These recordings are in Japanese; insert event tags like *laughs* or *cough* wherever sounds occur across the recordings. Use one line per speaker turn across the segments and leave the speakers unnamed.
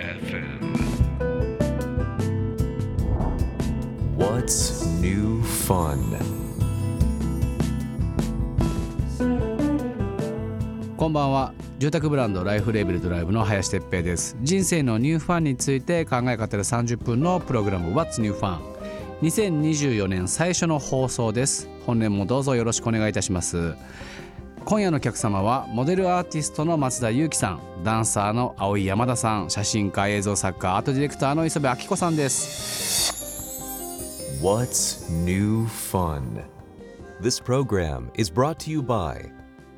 FM.
What's new fun?
こんばんは住宅ブランドライフレーベルドライブの林哲平です人生のニューファンについて考え方で30分のプログラム What's New Fun 2024年最初の放送です本年もどうぞよろしくお願いいたします今夜のお客様はモデルアーティストの松田裕樹さんダンサーの青井山田さん写真家映像作家アートディレクターの磯部明子さんです
What's new fun? This program is brought to you by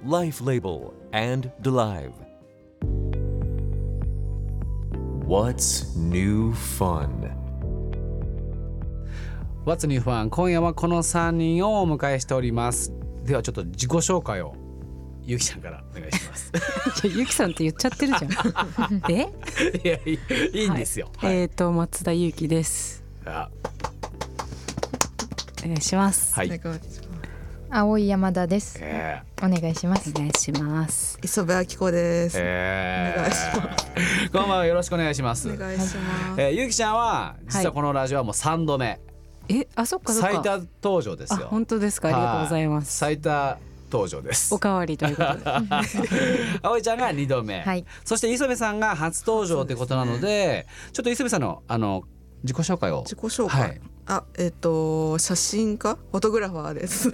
Life Label and Delive. What's new fun?
What's New Fun 今夜はこの3人をお迎えしておりますではちょっと自己紹介をゆきちゃんからお願いします
じゃあゆきさんって言っちゃってるじ
*laughs*
ゃん。で、
いやいいいいんですよ、はい
えっ、と松田ゆうきです。
あ
お願いします。
はい
青い山田です。
えー
お願いします
お。願いします。
磯部明子です。
えー
お願いし
こんばんはよろしくお願いします
お願いします。
えー、ゆきちゃんは実はこのラジオはもう3度目、
え、あそっかそっか。
最多登場です
あ
よ
本当ですか。ありがとうございます。
はい最多登場です
おかわりということ
*laughs*
で。
葵ちゃんが2度目、
はい
そして磯部さんが初登場ということなのでちょっと磯部さんのあの自己紹介を
自己紹介。
はい
あ、えっ、と写真家、フォトグラファーです。
ア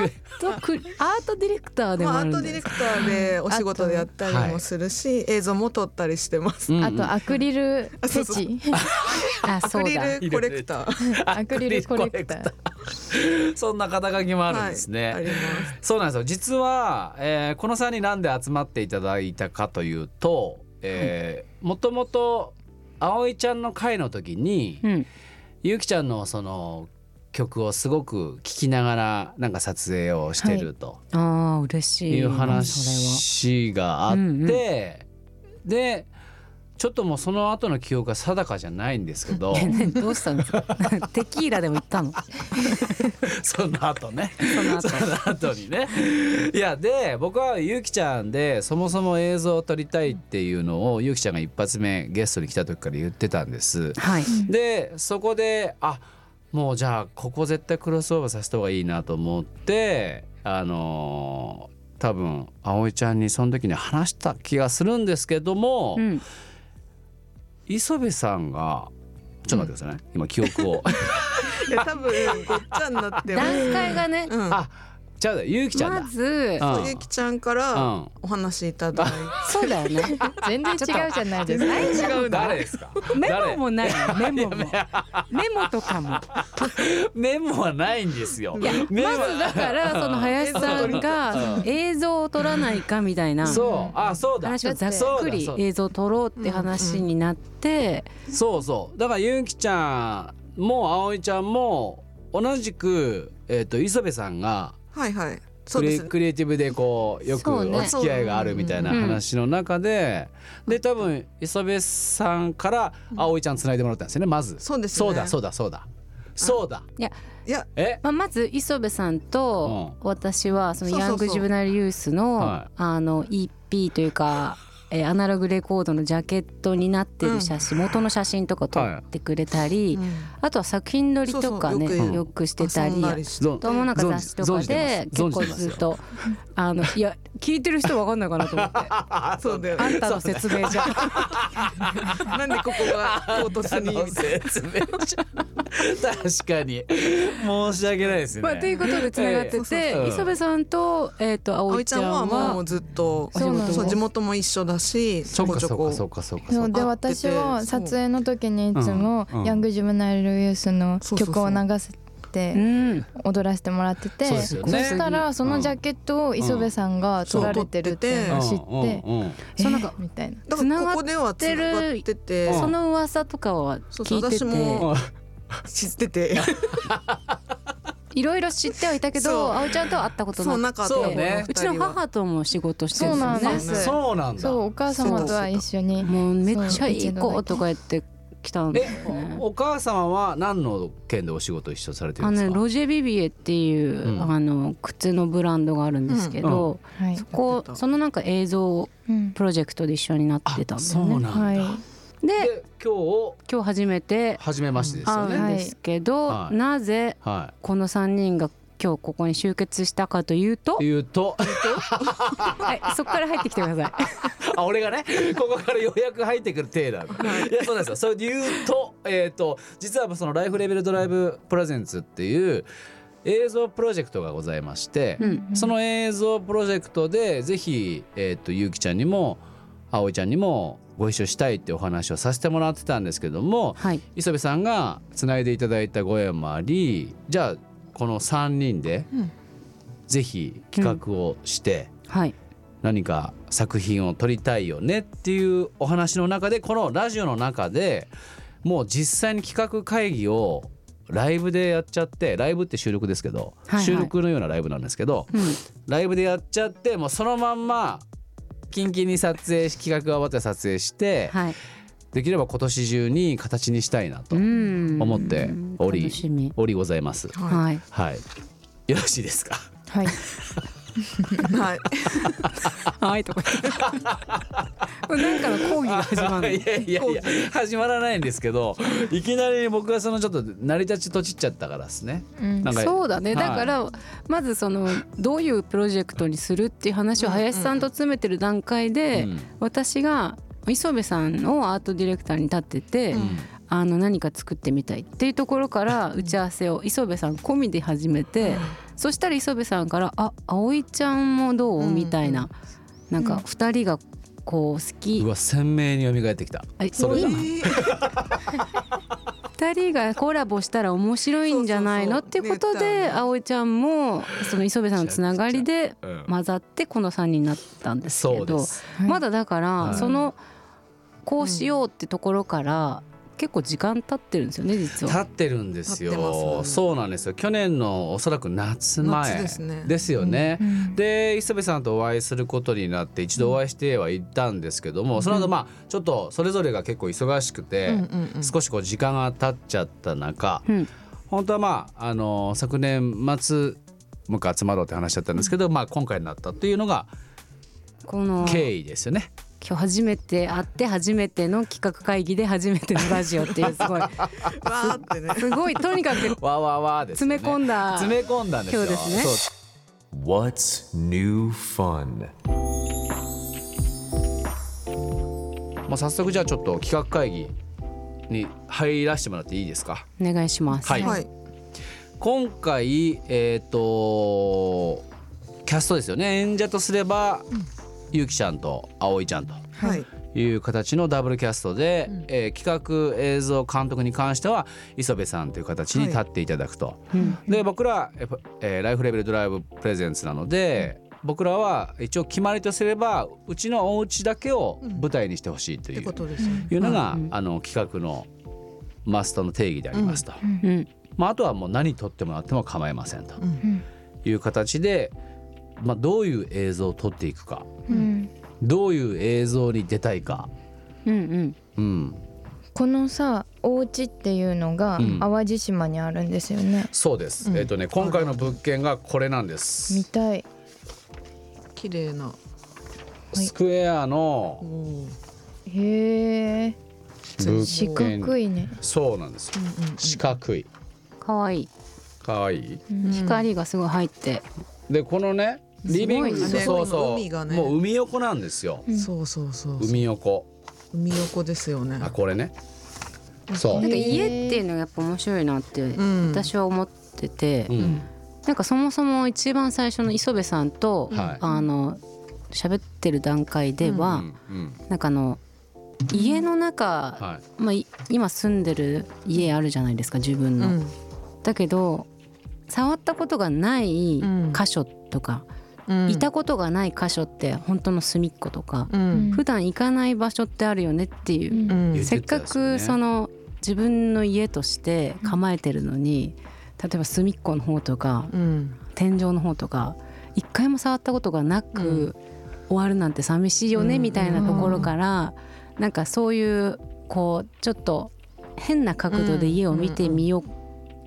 ートクリアートディレクターでも
まあ
あ
ア
る
ー
ん
ト
で
ディレ
すか。
クターでお仕事でやったり
はい
もするし、映像も撮ったりしてます。
うんうん
あとアクリルフェチ。
あ、
アク
そう
リ
だ。
ルコレクター。
アクリルコレクター。
そんな肩書きもあるんですね、
はい、あります。
そうなんですよ実は、えーこの3人なんで集まっていただいたかというと、えーもともと葵ちゃんの会の時に、
うん。
ゆきちゃんのその曲をすごく聴きながらなんか撮影をしてると
ああ、嬉しい。
いう話があって、
うんうん
でちょっともうその後の記憶が定かじゃないんですけど
それは。えどうしたんですか。 *laughs* テキーラでも行ったの。
*laughs* その後ね。
*laughs* その後。
その後にね *laughs* いやで僕はゆきちゃんでそもそも映像を撮りたいっていうのをゆきちゃんが一発目ゲストに来た時から言ってたんです
はい。
でそこであもうじゃあここ絶対クロスオーバーさせた方がいいなと思ってあのー多分葵ちゃんにその時に話した気がするんですけども、
うん。
磯部さんがちょっと待ってくださいね、今記憶 *laughs* を
いや多分ごっちゃになってま
段
す。
階がね。
うん。
あじゃあゆきちゃんだ、
まず。
うん
ゆきちゃんか
う
ら
ん
お話いただいて。
そうだよね。
全然違うじゃないですか。
誰ですか
メ
誰
モもないのメモもメモとかも
メモはないんですよ。
いや
メモ
まずだからその林さんが映像を撮らないかみたいな
そう、あ、そうだ。
話をざっくり
そうだ
映像を撮ろうって話になって
そうそう。だからゆうきちゃんも葵ちゃんも同じくえっ、と磯部さんが
はいはい。そ
ク
うで
リ
すね。
クリエイティブでこうよく
そうね
お付き合いがあるみたいな
うん
話の中で、で多分磯部さんから葵ちゃんつないでもらったんですよね。まず。
そうですね
そうだそうだそうだ。そうだ。
いや
え、
まあまず磯部さんと私はその
そうそうそう
ヤングジブナルユースの
は
あの EP というか。えーアナログレコードのジャケットになってる写真、元の写真とか撮ってくれたり、
うん
あとは作品撮りとかね
そうそうよく
よくしてた
遊ん
り
だりして
ど
ともなんか雑誌とかで結
存じ
構
てます
ずっとあのいや聞いてる人わかんないかなと思ってあ
そうだよ。
んたの説明じゃ
なんでここが唐突にみたいな。
説明じゃん確かに申し訳ないですね。
*laughs* まあということでつながって
ええそうそう
て磯部さんとえっと
葵
葵
ち
ち
ゃ
ゃ
ん
ん
はも
は
うずっと
そうなんだ
地元も一緒だしち
そ
ょ
う
こ
か
ちょ
そう
こ
かそうかそうか
そう
か
で
会ってて
私は
そう
撮影の時にいつも
うんうん
ヤングジムナイルユースの曲を流せ
う
て
ん
踊らせてもらってて
そう
そ
ですよね
したらそのジャケットを磯部さんが撮られてるっていうのを知って
うんうんうん
そうなんか
みたいな
だからここではつながってて
うん
その噂とかは
そう
聞
そう
いて
私も
て
知ってて
いろいろ知ってはいたけ
そう
どあおちゃんとは会ったこと
そう
なく
なかった
そうね
うちの母とも仕事してるん
そうなん
で
ですす
よね
そうなんだ
そうお母様とは一緒に
もうめっちゃいい子とか言って来たんですよね。
お母様は何の県でお仕事一緒されてる
あ
ん
の
です
ね
か
ロジェビビエっていう、
うん
あの靴のブランドがあるんですけど、
はい
そ。こ
やってた
そのなんか映像
うん
プロジェクトで一緒になってた
あ
んだ
そ
よ
うな
ね
ん。だ、
はい。
で
で今日
今日初めて
初めましてですよ
会
ね、
あ
うんですけど、
はい
なぜ
は
この3人が今日ここに集結したかというと
い、言うと
はい、そこから入ってきてくださ
*laughs*
い。
あ俺がねここからようやく入ってくる手だ、い、やそうなんですよそれで言うと,、えー、と実はその「ライフレベルドライブプレゼンツ」っていう映像プロジェクトがございまして、
うん
その映像プロジェクトでぜひ、えー、とゆうきちゃんにも葵ちゃんにもご一緒したいってお話をさせてもらってたんですけども
はい、
磯部さんがつないでいただいたご縁もありじゃあこの3人で
うん
ぜひ企画をして
はい、
何か作品を撮りたいよねっていうお話の中でこのラジオの中でもう実際に企画会議をライブでやっちゃってライブって収録ですけど、
はいはい
収録のようなライブなんですけど、
うん、
ライブでやっちゃってもうそのまんまキンキンに撮影し企画が終わって撮影して、
はい、
できれば今年中に形にしたいなと
うん
思っており
楽しみ。
おりございます。
は
はい、
はい、よろしいですか。
はい。
いはい
はい、とか *laughs* なんかの講義が *laughs* 始ま
*laughs* い
る。
やいやいや始まらないんですけどいきなり僕がそのちょっと成り立ちとちっちゃったからですね。
うん
なんか
そうだね、
はい
だからまずそのどういうプロジェクトにするっていう話を林さんと詰めてる段階で、
うん
私が磯部さんをアートディレクターに立ってて、
うん
あの何か作ってみたいっていうところから打ち合わせを磯部さん込みで始めて、そしたら磯部さんから「あ葵ちゃんもどう?」
うん
みたいななんか2人がこう好き
うわ鮮明に蘇ってきた。
あ
*laughs* それだ
2人がコラボしたら面白いんじゃないの
そうそうそ
っ
う
てことで
ね
葵ちゃんもその磯部さんのつながりで
うん
混ざってこの3人になったんです
そ
け
うで
ど
す。
はい
まだだか
は
ら
い
そのこうしようってところから結構時間経ってるんですよね実
立
は。
ってるんです
立って
よ。
ます
そうなんですよ。去年のおそらく夏前
夏ですね
ですよね。
うん
で磯部さんとお会いすることになって一度お会いしてはいたんですけども、その後まあちょっとそれぞれが結構忙しくて、
うんうんうん
少しこう時間が経っちゃった中、
うん
本当はまああの昨年末もう一回集まろうって話だったんですけど、まあ今回になったっていうのが
この
経緯ですよね。
今日初めて会って初めての企画会議で初めてのラジオっていう
*laughs*
すごい
わーってね
すごいとにかく
わーわーわーですよね、
詰め込んだ
詰め込んだんですよ。
今日ですね
そう
What's new fun?
もう早速じゃあちょっと企画会議に入らせてもらっていいですか
お願いします。
はい
はい
今回えっ、とキャストですよね演者とすれば、ゆうきちゃんと葵ちゃんと
はい
いう形のダブルキャストで、えー企画映像監督に関しては磯部さんという形に立っていただくと、
うん
で僕ら、えーえーライフレベルドライブプレゼンツなので僕らは一応決まりとすればうちのお家だけを舞台にしてほしいと
っ
い
て
う
ことですよね
いうのが、
うんうん
あの企画のマストの定義でありますと、
うん
まあ、あとはもう何撮ってもらっても構いませんと
うん
いう形で、まあ、どういう映像を撮っていくか
うん
どういう映像に出たいか、
うんうん
うん、
このさお家っていうのが
うん
淡路島にあるんですよね。
そうです、
うん
えっ、とね今回の物件がこれなんです、
見たい。
綺麗な
スクエアの
おー
へえ。
物件
四角いね。
そうなんですよ
うんうんうん
四角い
可愛い
かわいい
光がすごい入って、
でこのねリビング
すごい
ね
そうそう
海がね
もう海横なんですよ
うん
そうそうそう
海横
海横ですよね
あこれねそ
なん
へ
か
え
家っていうのがやっぱ面白いなって
ん
私は思ってて、
う、う
うんん
なんかそもそも一番最初の磯部さんと、
はい
あの喋ってる段階で
う
は、
んうん
なんかあの家の中、
はい
まあ、い今住んでる家あるじゃないですか自分
う
の。
ん
だけど触ったことがない
うん
箇所とか、
うん
いたことがない箇所って本当の隅っことか、
うん
普段行かない場所ってあるよねっていうう、
ん
うん
言って
せったか
んですよね
くその自分の家として構えてるのに例えば隅っこの方とか
うん
天井の方とか一回も触ったことがなく終わるなんて寂しいよね
うん
みたいなところからなんかそういうこうちょっと変な角度で家を見てみよう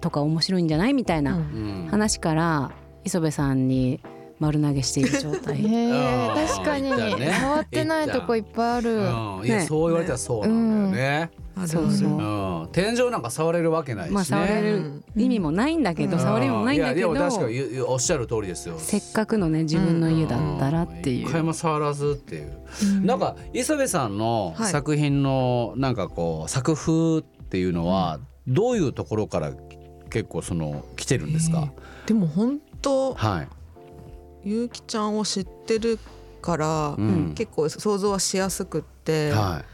とか面白いんじゃないみたいな
うん
話から磯部さんに丸投げしている状態
へえ
あー
確かに
行ったね
回ってないとこいっぱいある。
うんいや
ね
そう言われたらそうなんだよね。
ある
そうそう
うん天井なんか触れるわけないしね。
まあ触れる意味もないんだけど、
うん
触りもないんだけど
ういやでも確かに言う言うおっしゃる通りですよ。
せっかくのね自分の家だったらってい
ん
う
一回も触らずっていう。なんか磯部さんの
はい
作品のなんかこう作風っていうのはどういうところから結構その来てるんですか。
でも本当
はい。
ゆうきちゃんを知ってるから、
うん
結構想像はしやすくって、
は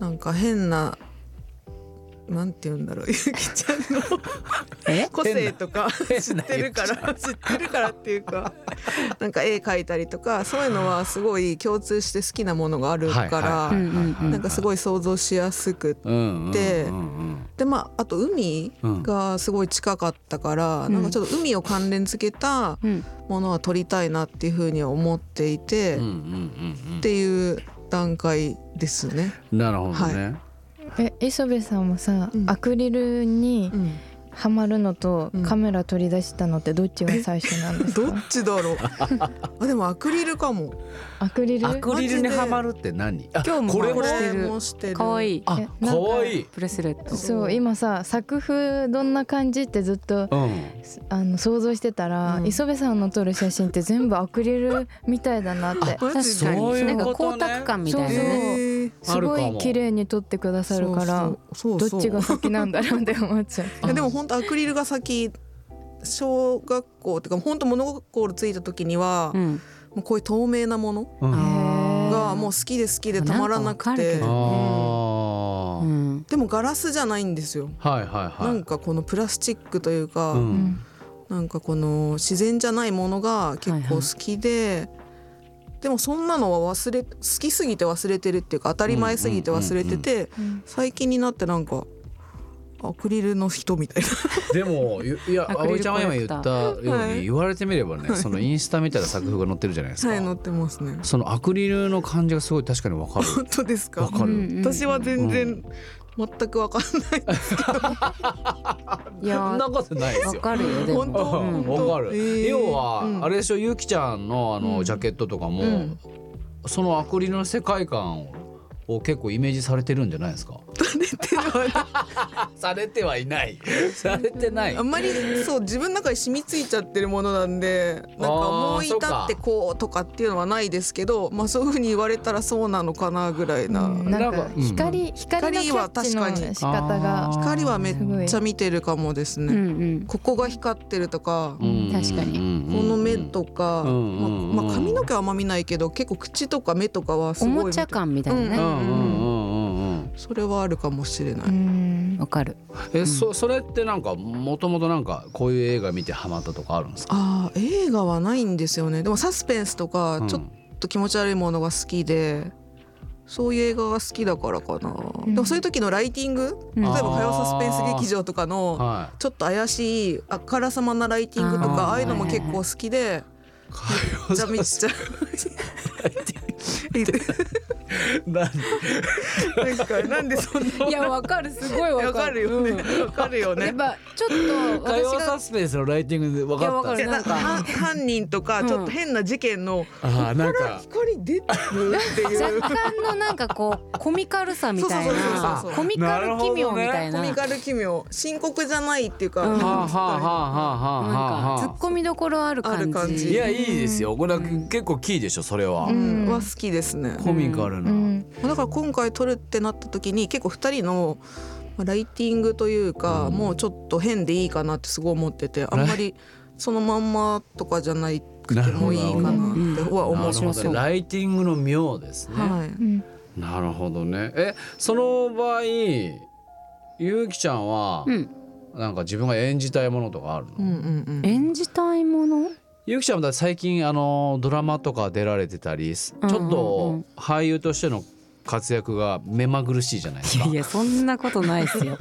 なんか変ななんて言うんだ *laughs* ろうゆうきちゃんの
え
個性とか
変な
知ってるから知ってるからってい
*laughs*
うかなんか絵描いたりとかそういうのはすごい共通して好きなものがあ
い。
る
はい
から、
はいはいはいはい
なんかすごい想像しやすくって。
うんうん
で
うんうん
でまあ、あと海がすごい近かったから、
ん
なんかちょっと海を関連付けた
うん
ものは撮りたいなっていうふうには思っていて、
うんうんう
っ
ん
ていう段階ですね。
うん。なるほどね。
え磯部さんもさ、
うん
アクリルに
うん
はまるのと、
うん
カメラ取り出したのってどっちが最初なんです
ど
か
っちだろう。あでもアクリルかも。
アクリル
アクリルにはまるって何？あ
今日も
これ
こ
も
れしてる
して
可愛いい
あ
えなんか
可愛い。
ブレスレット
そう今さ作風どんな感じってずっと
うん。
あの想像してたら、
うん
磯部さんの撮る写真って全部アクリルみたいだなって
マジで
確か
そうい
に
う
なん
こ
か
とね
光沢感みたい
そ
な
う
ね
へー
すご
あるか
い
も
綺麗に撮ってくださるから
そうそう
どっちが先なんだろうって思っちゃう。
いやでも本当アクリルが先小学校っていうか本当物心ついた時には、
うん
もうこういう透明なもの
うん
あー
がもう好きで好きでたまらなく
なんかわかる
て
けど
あー
うん
でもガラスじゃないんですよ。
はいはい
な
はい。
んかこのプラスチックというか、
うん
うん
なんかこの自然じゃないものが結構好きで、でもそんなのは忘れ好きすぎて忘れてるっていうか当たり前すぎて忘れてて、
うん
最近になってなんかアクリルの人みたいな
でもゆいや
*laughs* アクリ
葵
ル
ちゃんが今言ったように、
はい
言われてみればねそのインスタみたいな作風が載ってるじゃないですか、
はい乗ってますね。
そのアクリルの感じがすごい確かにわかる
本当ですか
わかる、
うんうん
私は全
う
然全くわかんない
い
*laughs*
や
そんな
わ
ことないですよ
かるよでも
本当
うん
本当
わかる、
えー
要は、
うん
あれでしょゆきちゃんのあの、
うん
ジャケットとかも、
うん
そのアクリルの世界観をを結構イメージされてるんじゃないですかされてはいないされてない
あんまりそう自分の中に染みついちゃってるものなんでなんか思い至ってこうとかっていうのはないですけどまあそういうふうに言われたらそうなのかなぐらいな、
うんなん
なん
か
か
光、光のキ
光
ャ
は
ッチ
確かに
の仕方が
あー
光はめっちゃ見てるかもです
う
ね、
ん
ここが光ってるとか、
うんうんうん
確かに
うん
この目とか、
うんうんうん
まあまあ髪の毛はあんま見ないけど結構口とか目とかはす
うんお
ごい
もちゃ感みたいな
う
ね
んうんうんうんうん
それはあるかもしれない、
うん
わかる
え、そそれってなんかもともとなんかこういう映画見てハマったとかあるんですか
ああ映画はないんですよねでもサスペンスとか
うん
ちょっと気持ち悪いものが好きで、そういう映画が好きだからかな、
ん
でもそういう時のライティング、
うん
例えば火曜サスペンス劇場とかの
は
ちょっと怪しいあからさまなライティングと
あー
かああいうのも結構好きで
い火
めっちゃめっちゃ
なん
なんかなんでそんない
やわかるすごい
わかるよね
うん
わかるよ
やっ
ね
ぱちょっと
火
私
曜
が
サスペンスのライティングで分かったん
い
で
や
す
わかるなんか
犯犯人とかちょっと変な事件の
ああなんか
光出てるっていう
若干のなんかこうコミカルさみたい
そうそうそう
な
そう
コミカル奇妙みたい
コ
な
ミカル奇妙深刻じゃないっていうか、
うん
はあはあはあはあ
なん
は
か
あ
突っ込みどころある
ある感
感
じ
じ
いやいいですよこれは結構キーでしょそれは、
うん
は好きですね、
コミカル
う
な、
ん
だから今回撮るってなった時に結構2人のまあライティングというか、もうちょっと変でいいかなってすごい思っててあんまりそのまんまとかじゃないくてもいいかなっては
な
思
る
う
ほどねライティングの妙ですね、
はい
うん
なるほどねえその場合ゆうきちゃんは、
うん
なんか自分が演じたいものとかあるの、
うんうんうん
演じたいもの
ゆきちゃんもだって最近あのドラマとか出られてたりす
うん
ち
うん
ょっと俳優としての活躍が目まぐるしいじゃないです
い
か
や。いやそん *laughs* なことないですよ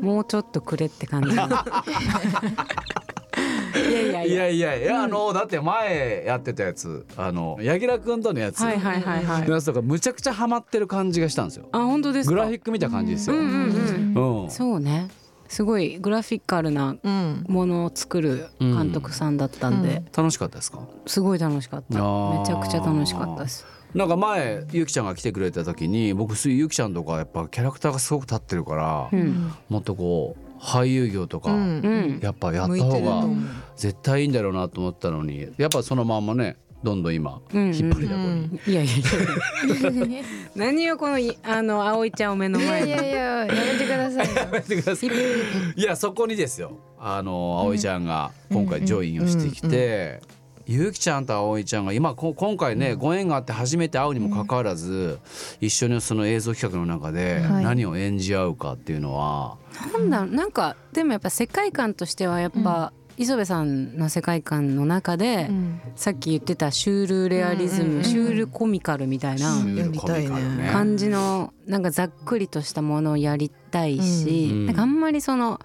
もうちょっとくれって感じいやいや
い
いや
やいやいや、あのだって前やってたやつあの柳楽君とのやつ、
はいはいはいはい
のやつとかむちゃくちゃハマってる感じがしたんですよ
あ本当ですか
グラフィック見た感じですよ、
うんうん
うん
うんそうねすごいグラフィカルな
うん
ものを作る監督さんだったんで、
うんう
楽しかったですか
すごい楽しかった
あー
めちゃくちゃ楽しかったです
なんか前ゆきちゃんが来てくれた時に僕すゆきちゃんとかやっぱキャラクターがすごく立ってるから、
うん
もっとこう俳優業とか、
う
う
ん
ん
やっぱやった
向いて
方
ると
が
思う
絶対いいんだろうなと思ったのにやっぱそのまんまねどんどん今
うんうん
引っ張りだこに。
いやいやいや *laughs* 何をこのいあの葵ちゃんを目の
いや
前
い
に
やいややめてくださいよ
やめてくださいいやそこにですよあの葵ちゃんが今回ジョインをしてきて、ゆうきちゃんと葵ちゃんが今こ今回ね、ご縁があって初めて会うにもかかわらず、一緒にその映像企画の中で
はい
何を演じ合うかっていうのは、
なんだろうなんかでもやっぱ世界観としてはやっぱ、磯部さんの世界観の中で、
うん
さっき言ってたシュールレアリズム、
うんうんうん
シュールコミカルみたいな
シュール
やりたいね
コミカル
感じのなんかざっくりとしたものをやりたいし、
うん
なんかあんまりその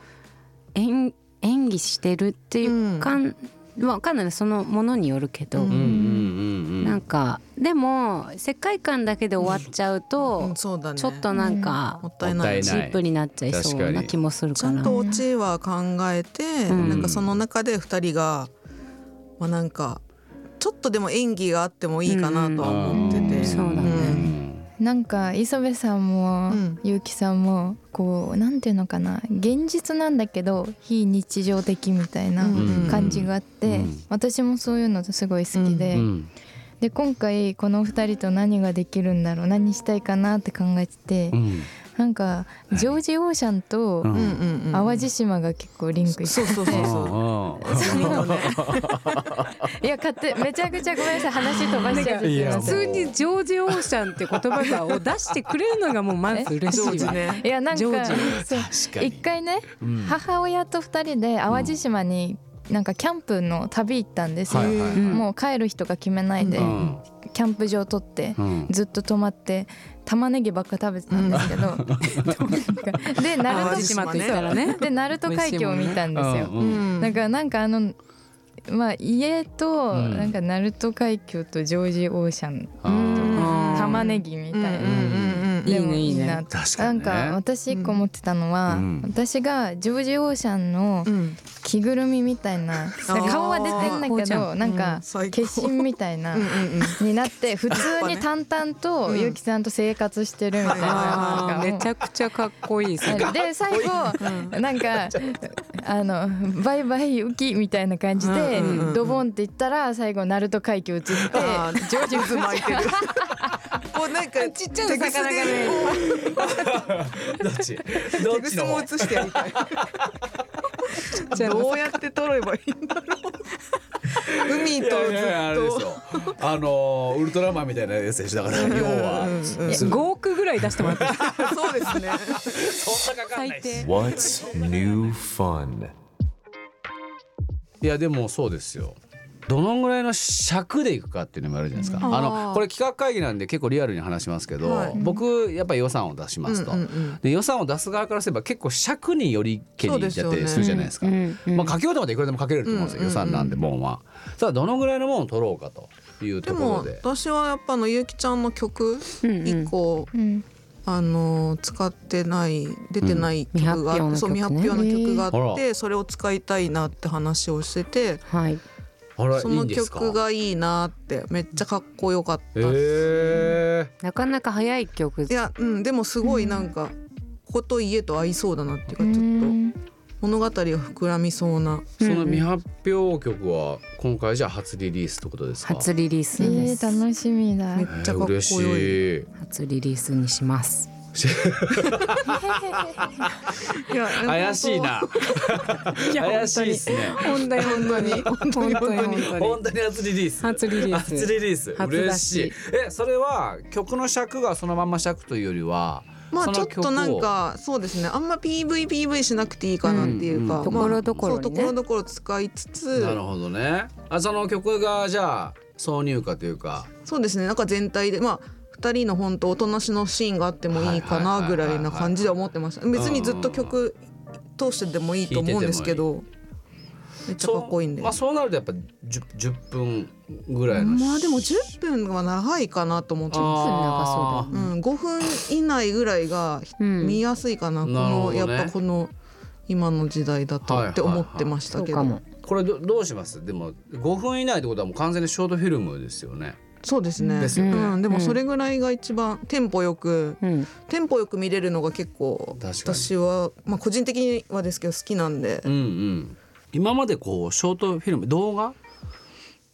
演演技してるっていう感、まあわかんないそのものによるけど、
う
うんうんうんう
なん
ん
かでも世界観だけで終わっちゃう
う
と
ん、そうだね
ちょっとなんか
もったいない
もったいない
チープになっちゃいそうな気もする
ち
か
ゃ
ら。
んとオチは考えて、
うん
なんかその中で二人が、まあ、なんかちょっとでも演技があってもいいかなとは思ってて、
うん
そう
う
だね
ん
なんか磯部さん
う
も
ん
結城さんもこうなんていうのかな現実なんだけど非日常的みたいな
うん
感じがあっ
う
て
ん
私もそういうのすごい好きで
うん
で今回この2人と何ができるんだろう何したいかなって考えてて
うん
なんかジョージ・オーシャンと
うん
うんうんうん
淡路島が結構リンクし
そう
て
そうそう *laughs* そう
いや勝手めちゃくちゃごめんなさい話飛ばしちゃってすい
なん
ま
普
せん
通にジョージ・オーシャンって言葉がを出してくれるのがもうまず嬉
ジョー
しい
ジ
わ。
ね
いやなんか
ジョージ
そう
確かに
一回ね
うん
母親と2人で淡路島になんかキャンプの旅行ったんですよ、
はいはいはい
うん
もう帰る人が決めないで、
うん
キャンプ場取って
うん
ずっと泊まって玉ねぎばっか食べてたんです
*laughs*
けど、で鳴
淡
門
路島
島と言ったらね。
で鳴門海峡を見たんですよ、
うん
う
うん
ん
だからなんかあのまあ家と
うん
なんか鳴門海峡とジョージ・オーシャン、
あ
うん
玉ねぎみたいな、
うんうんうんうん
い
で
い
も
ねいいね
なって
確か
な
に
ん
ね
か私一個思ってたのは、
うん
私がジョージ・オーシャンの
うん
着ぐるみみたいな顔は出てんだ
最高
け
じ
ど
ゃ
なんか化
最
身
高
みたいな
うんうんうん
になって普通に
やっ
淡々と
うん
ゆきさんと生活してるみたいな
あ
なんか
めちゃくちゃかっこいいそれ
はいで最後なん
*laughs*
かあのバイバイゆきみたいな感じで
うんうんうん
ドボンって言ったら最後鳴門海峡移って
あー
ジョージ
渦巻いて *laughs* るもうなんかちっちゃな魚がね
どっちど
手
っち
ぐ
の
も
方
映してやり *laughs* たいどうやって撮ればいいんだろう *laughs* 海
い
と
やいやいやあれです
ずっと
よあのウルトラマンみたいなやつでしょだから要は
5億ぐらい出してもらった
そうですね
そんなかかんない
最
です
低
What's new fun?
いやでもそうですよどのぐらいの尺でいくかっていうのもあるじゃないですか、
うん
あ
あ
の
ー
これ企画会議なんで結構リアルに話しますけど、
はい
僕やっぱり予算を出しますと、
うんうんうん
で予算を出す側からすれば結構尺によりけりだった
そうですよ
り
ね
するじゃないですか
うんうん
まあ、かけようと思っていくらでもかけれると思うんですよ、
うんうんうん
予算なんでもんはさあどのぐらいのもんを取ろうかという
で
とこ
も
ろで
私はやっぱあのゆうきちゃんの曲
うんうん
一個、
うん
あの使ってない出てない曲が、
うん
そう
未
未
発表
発表
の
の
曲ね
曲があっ
へ
てそれを使いたいなって話をしてて
はい
あらい
そ
い
の
んですか
曲がいいなってめっちゃかっこよかった、
へえ
なかなか早い曲
いや、うん、でもすごいなんか、ここと家と合いそうだなっていうか
う
ちょっ
ん
と物語が膨らみそうな
その未発表曲は今回じゃあ初リリースってことですか
初リリース
え
で
ー
す、
楽しみだ
めっ
え
ちゃ
ー
かっこよ
嬉
い。
しい
初リリースにします
いやなんか
怪しいな。怪しいですね。
本当に本当に本当に本当に
本当に初リリース。
初リリース
初リリース。
初
嬉
出
し
し
い。え、それは曲の尺がそのまんま尺というよりは、
まあ
そ
ちょ
の
っ
曲を
となんかそうですねあんま PVPV しなくていいかなっていうか、
うん
うん
まあ
所々にね
そうところどころ使いつつ
なるほどね。あ、その曲がじゃあ挿入歌というか。
そうですねなんか全体でまあ2人の本当おとなしのシーンがあってもいいか
はい
な
はいはい
ぐ
はいはい
らいな感じでは思ってました別にずっと曲通してでもいいと思うんですけどめっちゃかっこいいんで
そうまあ、そうなるとやっぱ 10, 10分ぐらいの
まあでも10分は長いかなと思ってます、
あ
そ
ー
うだ
う
よね
ん、5分以内ぐらいが
うん
見やすいかな、こ
なる
の
ほど
やっ
ね
ぱこの今の時代だ
はい
とって思ってまし
そ
た
う
け
か
ど、
も
これどどうしますでも5分以内ってことはもう完全にショートフィルムですよね
そうですね
ですよ
ね
うん、で
う
も
ん
それぐらいが一番テンポよく
うん
テンポよく見れるのが結構
確かに
私は、まあ、個人的にはですけど好きなんで
うんうん今までこうショートフィルム動画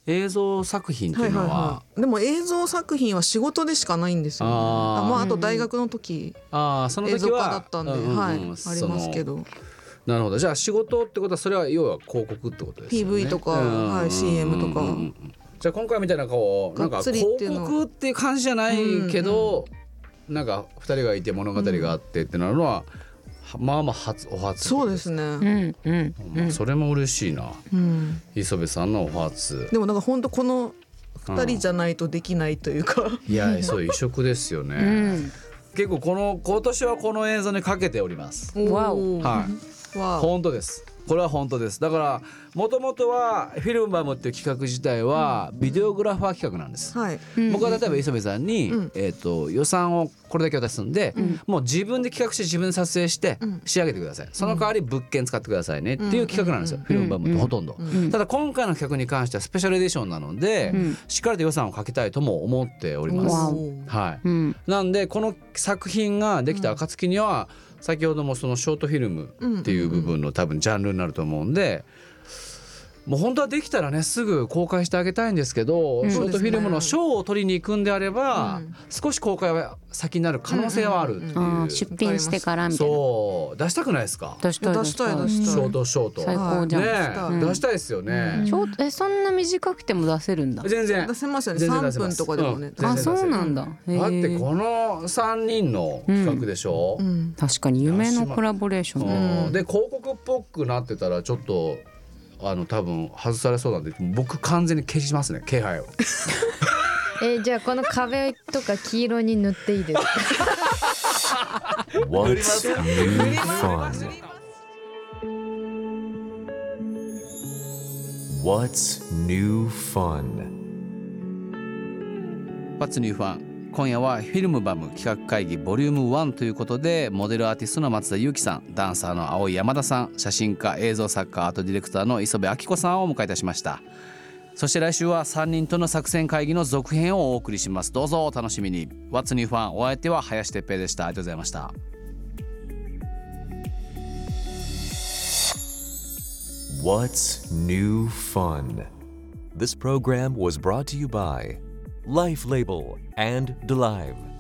映像作品っていうのは,、
い、でも映像作品は仕事でしかないんですよ、ね、
あ
あ
ー
まああと大学の時
ああその
映
時
像
は
化だったんで、
ううう
はい、あ
その
りますけど
なるほどじゃあ仕事ってことはそれは要は広告ってことですよね
PV とか
うん
はい CM とか
うんうんうんじゃあ今回みたいなこうなんか
がっつりっ
広
ていうの
告っていう感じじゃないけど、なんか二人がいて物語があってってなるのは、はまあまあ初お初
そうですね、
うんうん
まあそれも嬉しいな
うん、
磯部さんのお初
でもなんか本当この2人じゃないとできないというか、
いやそう異色ですよね、
うん
結構この今年はこの映像にかけております、
んわお
おー
はい
わお
本当ですこれは本当ですだからもともとはフィルムバムっていう企画自体はビデオグラファー企画なんです、
はい
僕は例えば磯部さんに、
うん
えー、と予算をこれだけ渡すんで、もう自分で企画して自分で撮影して
うん
仕上げてください、その代わり物件使ってくださいねっていう企画なんですよ、フィルムバムってほとんど、
ん
ただ今回の企画に関してはスペシャルエディションなので、
うん
しっかりと予算をかけたいとも思っております、
わお
はい、
うん
なんでこの作品ができた暁には先ほどもそのショートフィルムっていう部分の多分ジャンルになると思うんで。もう本当はできたらねすぐ公開してあげたいんですけど、
うん
ショートフィルムの賞を取りに行くんであれば、
うん
少し公開は先になる可能性はあるっていう、
うん
あー出品してからみたいな
そう出したくないですか、
出し
い
た
や
い
出したい出
い
シ
した
ョー
い
トショート
最高じゃん
ねえ、
うん
出したいですよね、
うん
ちょうどえそんな短くても出せるんだ
全然
出せますよね
全然出
3
せま
分
す
とかでもね、
うん全然
あ
出せる
そうなんだへ
だって
ー
この3人の企画でしょ、
うん
確かに夢のコラボレーションだ
うんで広告っぽくなってたらちょっとあの多分外されそうなんで僕完全に消しますね気配を
えじゃあこの壁とか黄色に塗っていいですか
What's new fun? What's new fun?
What's New Fun 今夜はフィルムバム企画会議ボリューム1ということでモデルアーティストの松田裕樹さんダンサーの青井山田さん写真家映像作家アートディレクターの磯部明子さんをお迎えいたしましたそして来週は3人との作戦会議の続編をお送りしますどうぞお楽しみに What's New Fun お相手は林哲平でしたありがとうございました
What's new fun? This program was brought to you by Life Label and DeLive.